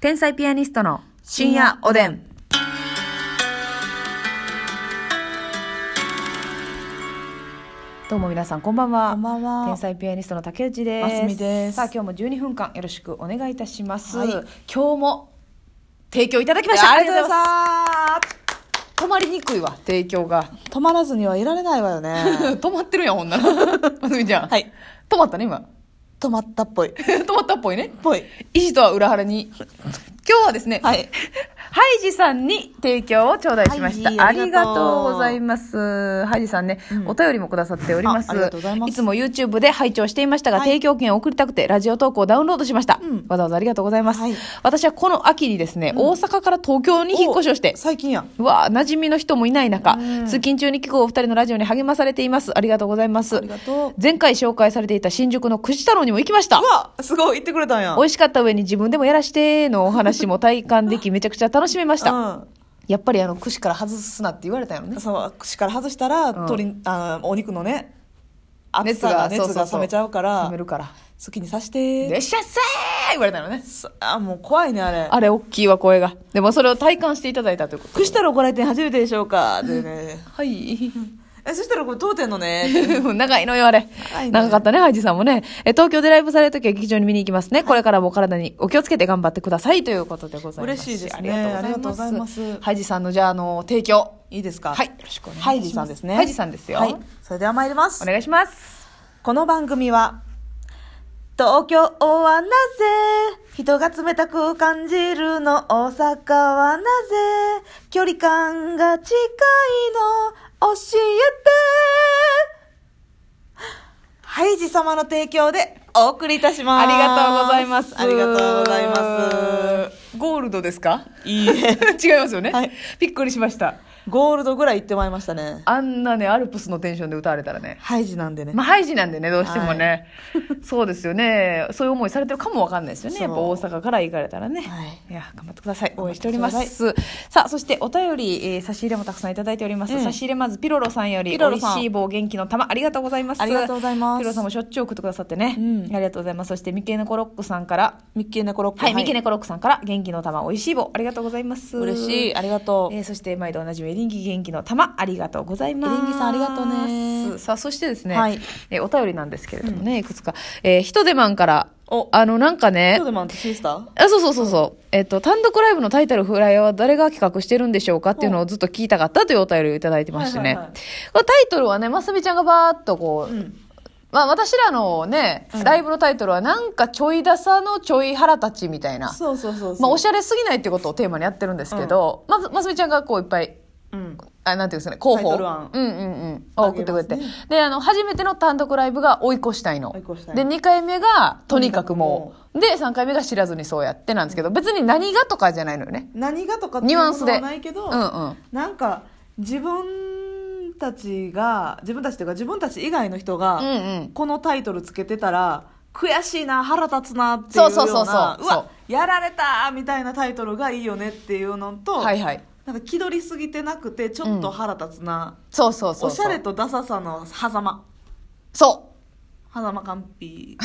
天才ピアニストの深夜おでん。どうも皆さんこんばんはこんばんは天才ピアニストの竹内ですますみですさあ今日も12分間よろしくお願いいたします、はい今日も提供いただきましたありがとうございます。す止まりにくいわ提供が止まらずにはいられないわよね。止まってるやん ほんならますみちゃん、 はい。止まったね今 止まったっぽい。止まったっぽいねぽい。意地とは裏腹 に今日はですねはい。 ハイジさんに提供を頂戴しました。ハあイジりがとうございます。ハイジさんね、お便りもくださっております。あありがとうございますつも YouTube で拝聴していましたが、はい提供券を送りたくて、ラジオ投稿をダウンロードしました。うんわざわざありがとうございます。はい私はこの秋にですね、大阪から東京に引っ越しをしてお、最近やん。うわあ、馴染みの人もいない中、通勤中に聞くお二人のラジオに励まされています。ありがとうございます。ありがとう前回紹介されていた新宿のくじ太郎にも行きましたう。わ、すごい、言ってくれたんやん。美味しかった上に自分でもやらしてのお話も体感でき、めちゃくちゃ楽しめました。やっぱりあの串から外すなって言われたようねん。そう、串から外したら、鶏、あの、お肉のね、熱が、熱が熱が冷めちゃうか冷らめ、るから。好きにさして。でっしゃっせー言われたよね。さあ、もう怖いね、あれ。あれ、大きいわ、声が。でもそれを体感していただいたということ。串太郎ご来店初めてでしょうかでね。はい。え、そしたらこれ当店の ね、 長いのよ、あれ長。いね長かったね、ハイジさんもね。え、東京でライブされるときは劇場に見に行きますね。これからもお体にお気をつけて頑張ってくださいということでございます。嬉しいですねありがとうございますハイジさんの、じゃあ、あの、提供。いいですかはい。よろしくお願いします。ハイジさんですね。ハイジさんですよ。はい。それでは参りますお。願いします。この番組は、東京はなぜ人が冷たく感じるの大阪はなぜ距離感が近いの教えてハイジ様の提供でお送りいたしまあす。りがとうございます。。ありがとうございますゴールドですか す。いいえ。違いますよね、はいびっくりしましたゴールドぐらい行ってまいりましたね。あんなねアルプスのテンションで歌われたらねハイジなんでね。まあハイジなんでねどうしてもね、そうですよねそういう思いされてるかもわかんないですよねそうやっぱ大阪から行かれたらね、はいい、や頑張ってください応援しておりま頑張ってすさあそしてお便り、えー差し入れもたくさんいただいております、うん差し入れまずピロロさんよりピロロさん美味しい棒元気の玉ありがとうございますありがとうございますピロロさんもしょっちゅう送ってくださってね、うんありがとうございますそしてミケネコロックさんからミッキーネコロック。はい、ミケネコロックさんから元気の玉美味しい棒ありがとうございます嬉しい。ありがとう。えーそして毎度おなじみエリンギ元気の玉ありがとうございますエリンギさんありがとうねさあそしてですね、はいえーお便りなんですけれどもね、いくつか、えー、ヒトデマンからあのなんかね今日でもあんたシースターあそうそうそうそう、えっと単独ライブのタイトル「フライヤー」は誰が企画してるんでしょうかっていうのをずっと聞いたかったというお便りをいただいてましてはね、いはいはいこれタイトルはねますみちゃんがバーっとこう、んまあ私らのね、ライブのタイトルはなんかちょいダサのちょい腹立ちみたいなそうそうそうそう。まあ、おしゃれすぎないってことをテーマにやってるんですけど、まずますみちゃんがこういっぱいうん。あなんていうんですかね候補タイトル案うんうんうんを送ってくれて、あげまであの初めての単独ライブが追い越したいの追い越したいでの2回目がとにかくもうで3回目が知らずにそうやってなんですけど別に何がとかじゃないのよね何がとかっていニうュアもンスのではないけど、うんうんなんか自分たちが自分たちというか自分たち以外の人うがんうんこのタイトルつけてたら悔しいな腹立つなっていうそよううそうそうそうなそううわやられたみたいなタイトルがいいよねっていうのと、はいはいなんか気取りすぎてなくてちょっと腹立つな、そうそうそうそうおしゃれとダサさの狭間そ狭間完璧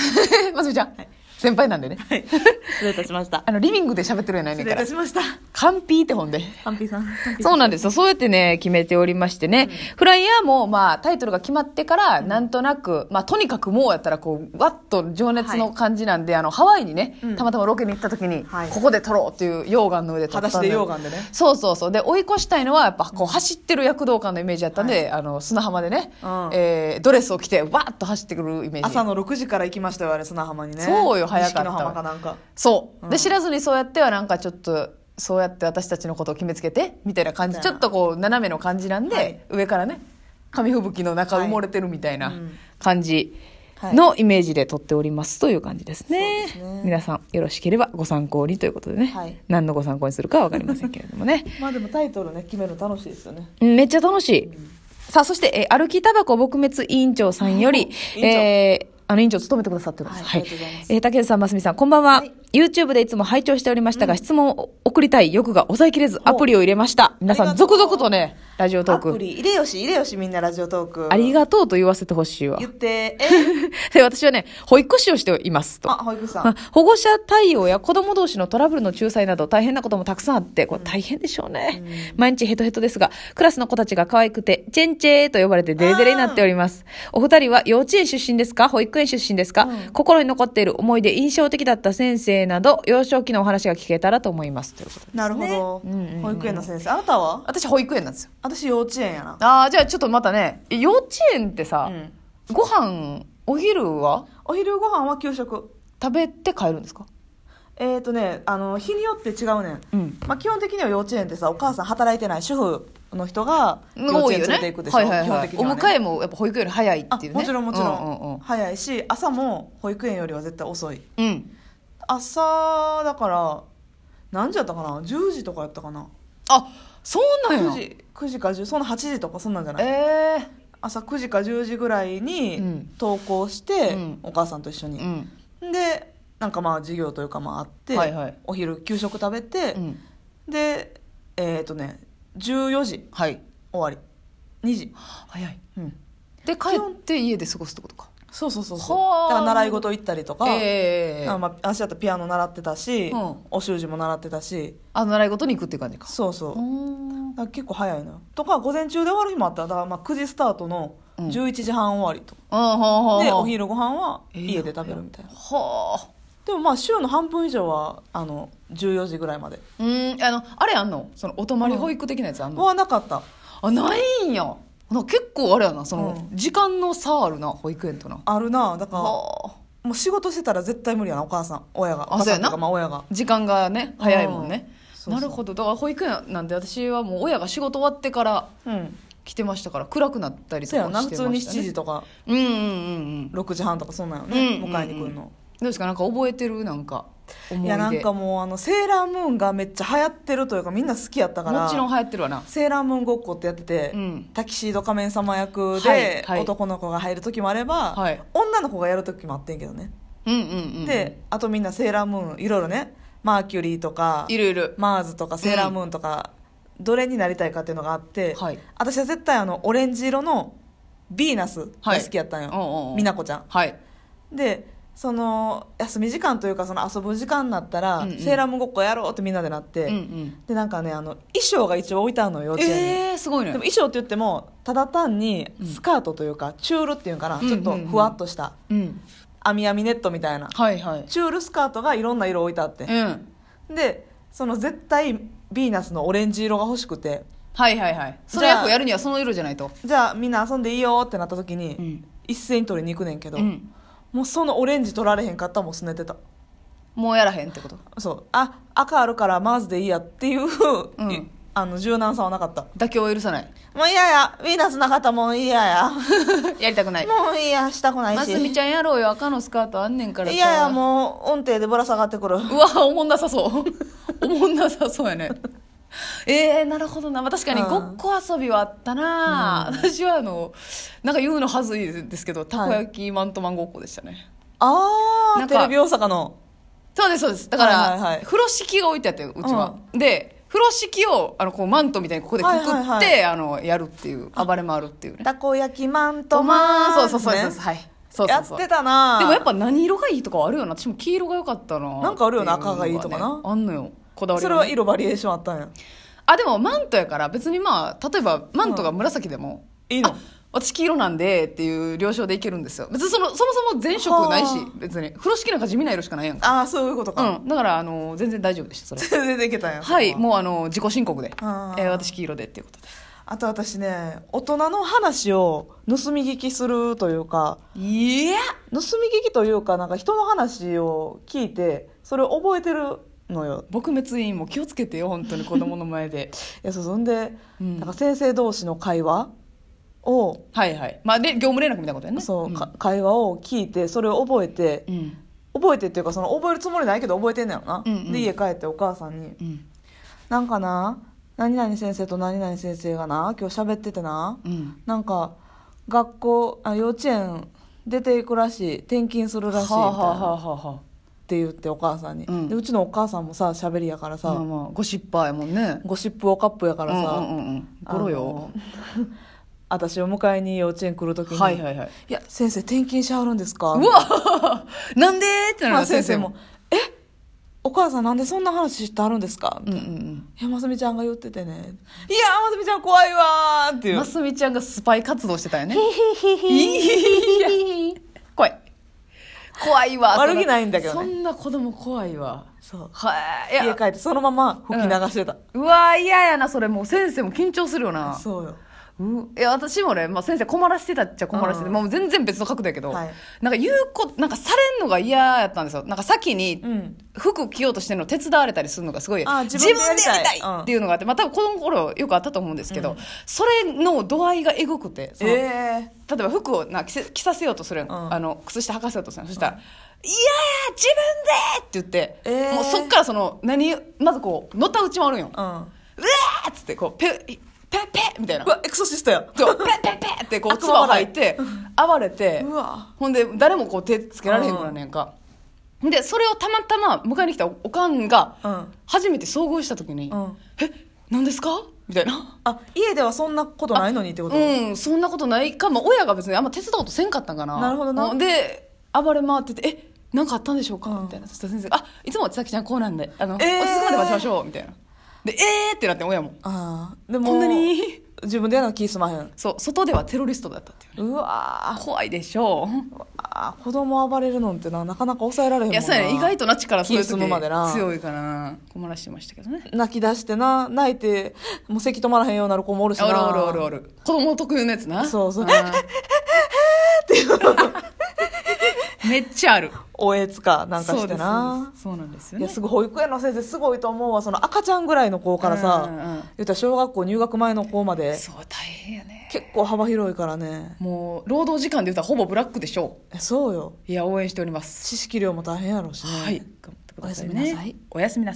う ますみちゃん、先輩なんでねはい 失礼いたしました あのリビングで喋ってるやないね失ん礼かいらたしました完璧って本で完璧さんそうなんですよ。そうやってね、決めておりましてね。フライヤーも、まあ、タイトルが決まってから、なんとなく、まあ、とにかくもうやったら、こう、わっと情熱の感じなんで、あの、ハワイにね、うんたまたまロケに行った時に、はいここで撮ろうっていう溶岩の上で撮ったん裸足で溶岩でねそうそうそう。で、追い越したいのは、やっぱ、こう、走ってる躍動感のイメージだったんで、あの、砂浜でね、うんえードレスを着て、わーっと走ってくるイメージ。朝の6時から行きましたよあれ砂浜にねそうよ早かった錦の浜かなんかそう、うでん知らずにそうやってはなんかちょっとそうやって私たちのことを決めつけてみたいな感じみちたいょなっとこう斜めの感じなんで、はい上からね紙吹雪の中埋もれてるみたいなはいうん感じのイメージで撮っておりますという感じですね,、そうですね皆さんよろしければご参考にということでね、はい何のご参考にするかは分かりませんけれどもねまあでもタイトルね決めるの楽しいですよねうんめっちゃ楽しい、さあそして、えー歩きタバコ撲滅委員長さんより委員長えーあの委員長を務めてくださっております、はいありがとうございますえー竹内さん真澄さんこんばんは、はい YouTube でいつも拝聴しておりましたが、質問を送りたい欲が抑えきれず、アプリを入れました。皆さあん、りがと続う々とね、ラジオトーアプク。リ、入れよし、入れよし、みんなラジオトーク。ありがとうと言わせてほしいわ言。って、えで、私はね、保育士をしていますと。あ、保育士さあ ん。保護者対応や子供同士のトラブルの仲裁など大変なこともたくさんあって、これ大変でしょうね。毎日ヘトヘトですが、クラスの子たちが可愛くて、チェンチェーと呼ばれてデレデレになっております。お二人は幼稚園出身ですか保育園出身ですか、うん心に残っている思い出、印象的だった先生など、幼少期のお話が聞けたらと思います。ということで。なるほねうんうんうんど。保育園の先生。あなたは私保育園なんですよ。私幼稚園やな。ああ、じゃあちょっとまたね、え幼稚園ってさ、うんご飯、お昼はお昼ご飯は給食。食べて帰るんですかえっ、ー、とね、あの、日によって違うねん。うんまあ、基本的には幼稚園ってさ、お母さん働いてない主婦の人が、幼多稚い園よね連れていくでしょ、はいはい基本はい的におは、ね。迎えもやっぱ保育より早いっていうねあもちろんもちろん,、うんうん早いし朝も保育園よりは絶対遅いうんうん朝だから何時やったかな10時とかやったかなあそうなん9や時9時か10そんな8時とかそんなんじゃないえ朝9時か10時ぐらいにうん登校して、うんお母さんと一緒えにう、んでなんかまあ授業というかまああって、はいはいお昼給食食べてう、んでえっ、とね14時はい終わり2時、早いうん、で帰って家で過ごすってことかそうそうそうそうはあだから習い事行ったりとか、ええあまあ、足だったらピアノ習ってたし、うんお習字も習ってたしあの習い事に行くっていう感じかそうそううーんだから結構早いのよとか午前中で終わる日もあっただからまあ9時スタートのうん11時半終わりと、ああほうほうでほうお昼ご飯はえー家で食べるみたいな、はあでもまあ週の半分以上はあの14時ぐらいまでうんあのあれあんのそのお泊まり保育的なやつあんのはなかったあないんやなんか結構あれやなそのう時間の差あるな保育園となあるなだからはあもう仕事してたら絶対無理やなお母さん親があお母さんそうやなとかまあ親が時間がね早いもんねそうなそうるほどだから保育園なんで私はもう親が仕事終わってからうん来てましたから暗くなったりとそうかやしてなま普した、ね、通に7時とかうんうんうん6時半とかそんなんようんね、うんうん迎えに来るの、どうですかなんか覚えてるなんか思い出いやなんかもうあのセーラームーンがめっちゃ流行ってるというかみんな好きやったからもちろん流行ってるわなセーラームーンごっこってやってて、うんタキシード仮面様役はいではい男の子が入る時もあれば、はい女の子がやる時もあってんけどね、うんうんうんであとみんなセーラームーンいろいろねマーキュリーとかいるいるマーズとかセーラームーンとか、どれになりたいかっていうのがあって、はい私は絶対あのオレンジ色のヴィーナスが好きやったんよ、はいうんうんうん美奈子ちゃんはいでその休み時間というかその遊ぶ時間になったら、うんうんセーラームーンごっこやろうってみんなでなって、うんうんでなんかねあの衣装が一応置いてあるのよ幼稚園に、えー、すごいねでも衣装って言ってもただ単にスカートというか、チュールっていうんかな、うんちょっとふわっとしたうん網網ネットみたいなはいはいチュールスカートがいろんな色置いてあってうんでその絶対ヴィーナスのオレンジ色が欲しくてはいはいはいそのじゃあ役をやるにはその色じゃないとじゃあみんな遊んでいいよってなった時に、うん一斉に取りに行くねんけど、うんもうそのオレンジ取られへんかったらもうすねてたもうやらへんってことそうあ赤あるからマーズでいいやっていう、んあの柔軟さはなかった妥協を許さ ないもう嫌やヴィーナスなかったらもう嫌ややりたくないもう嫌したくないますしみちゃんやろうよ赤のスカートあんねんからさいやいやもう音程でぶら下がってくるうわおもんなさそう おもんなさそうやねえー、なるほどな、まあ、確かにうんごっこ遊びはあったな、私はあのなんか言うのはずいですけどたこ焼きマントマンごっこでしたね、あ なあんかテレビ大阪のそうですそうですだから、はいはいはい風呂敷が置いてあってうちは、で風呂敷をあのこうマントみたいにここでくくって、はいはいはあのやるっていう暴れ回るっていうねたこ焼きマントトマンそうそうそうそう、ねはいそうそやうそうってたなでもやっぱ何色がいいとかはあるよな私も黄色が良かったななんかあるよなってうの赤がいいとかなねあんのよこだわりそれがねは色バリエーションあったんやあでもマントやから別にまあ例えばマントが紫でも、いいのあ私黄色なんでっていう了承でいけるんですよ別にそのそもそも全色ないしは別に風呂敷なんか地味な色しかないやんかああーそういうこと か、うんだからあの全然大丈夫でしたそれ全然できたんやはいもうもうあの自己申告で、えあーー私黄色でっていうことであと私ね大人の話を盗み聞きするというかいや盗み聞きというかなんか人の話を聞いてそれを覚えてるのよ撲滅委員も気をつけてよ本当に子供の前 でいやそうそんで、うんなんか先生同士の会話をはいはいまあで業務連絡みたいなことやねそう、んか会話を聞いてそれを覚えて、うん覚えてっていうかその覚えるつもりないけど覚えてんのやろな、うんうんで家帰ってお母さんにうん「なんかな何々先生と何々先生がな今日喋っててなうんなんか学校あ幼稚園出ていくらしい転勤するらしいみたいな、はあはあはあはあはあって言ってお母さんに、うんでうちのお母さんもさ喋りやからさ、まあまあゴシッパーやもんねゴシップおカップやからさ、うんうんうんうんゴロよあの私を迎えに幼稚園来るときに、はいはいはいいや先生転勤しはるんですかうわ なんでってなるまよあ、先生も「えお母さんなんでそんな話してあるんですか?」うんみうたんいなうんいやますみちゃんが言っててね「いやますみちゃん怖いわ」っていうますすみちゃんがスパイ活動して たよねヒヒヒいや怖い怖いわ悪気ないんだけどねそんな子供怖いわ そうはいい家や帰ってそのまま吹き流してた、うわー嫌やなそれもう先生も緊張するよなそうよういや私もね、まあ、先生困らせてたっちゃ困らせてて、うんもう全然別の角度やけど、はいなんか言うこなんかされんのが嫌やったんですよなんか先にうん服着ようとしてるの手伝われたりするのがすごいあ自自分分ででややりりたたいいっていうのがあって、まあ多分子供の頃よくあったと思うんですけど、それの度合いがえぐくてその例ええば服をな着せ着させようとするやん、うんあの靴下履かせようとするやんそしたら「いやー自分で!」って言って、えーもうそっからその何まずこうのたうちもあるんよ「うえうわ!ん」っつってこうペッペッペッみたいなうわエクソシストやそうペッペッペッってこう悪唾魔を吐いて暴れてうわほんで誰もこう手つけられへんくらいねんかでそれをたまたま迎えに来たおおかんがうん初めて遭遇した時にうん「え何ですか?」みたいな。あ家ではそんなことないのにってことうん、そんなことないか、まあ、親が別にあんま手伝おうとせんかったんかななるほどなで暴れ回ってて「え何かあったんでしょうか?」うんみたいなそしたら先生が「あいつも千咲ちゃんこうなんであの、えー落ち着くまで待ちましょう」みたいなで「えー!」ってなって親もああ「でもこんなに?自分でやるの気すまへん」そう外ではテロリストだったっていううわ怖いでしょうーあー子供暴れるのってななかなか抑えられへんもいんなやそうやね意外とな力そういう時気済むまでな強いからな困らしてましたけどね泣き出してな泣いてもう咳止まらへんようになる子もおるしなおるおるおるおる子供特有のやつなそうそうあ ーめっちゃあるおえつかなんかしてそうなですそうですそうなんですよいねやすごい保育園の先生すごいと思うわその赤ちゃんぐらいの子からさ、うんうんうん言ったら小学校入学前の子までそう大変やね結構幅広いからねもう労働時間で言ったらほぼブラックでしょえそうよういや応援しております知識量も大変やろうしね、はい頑張ってくださいねおやすみなさいおやすみなさい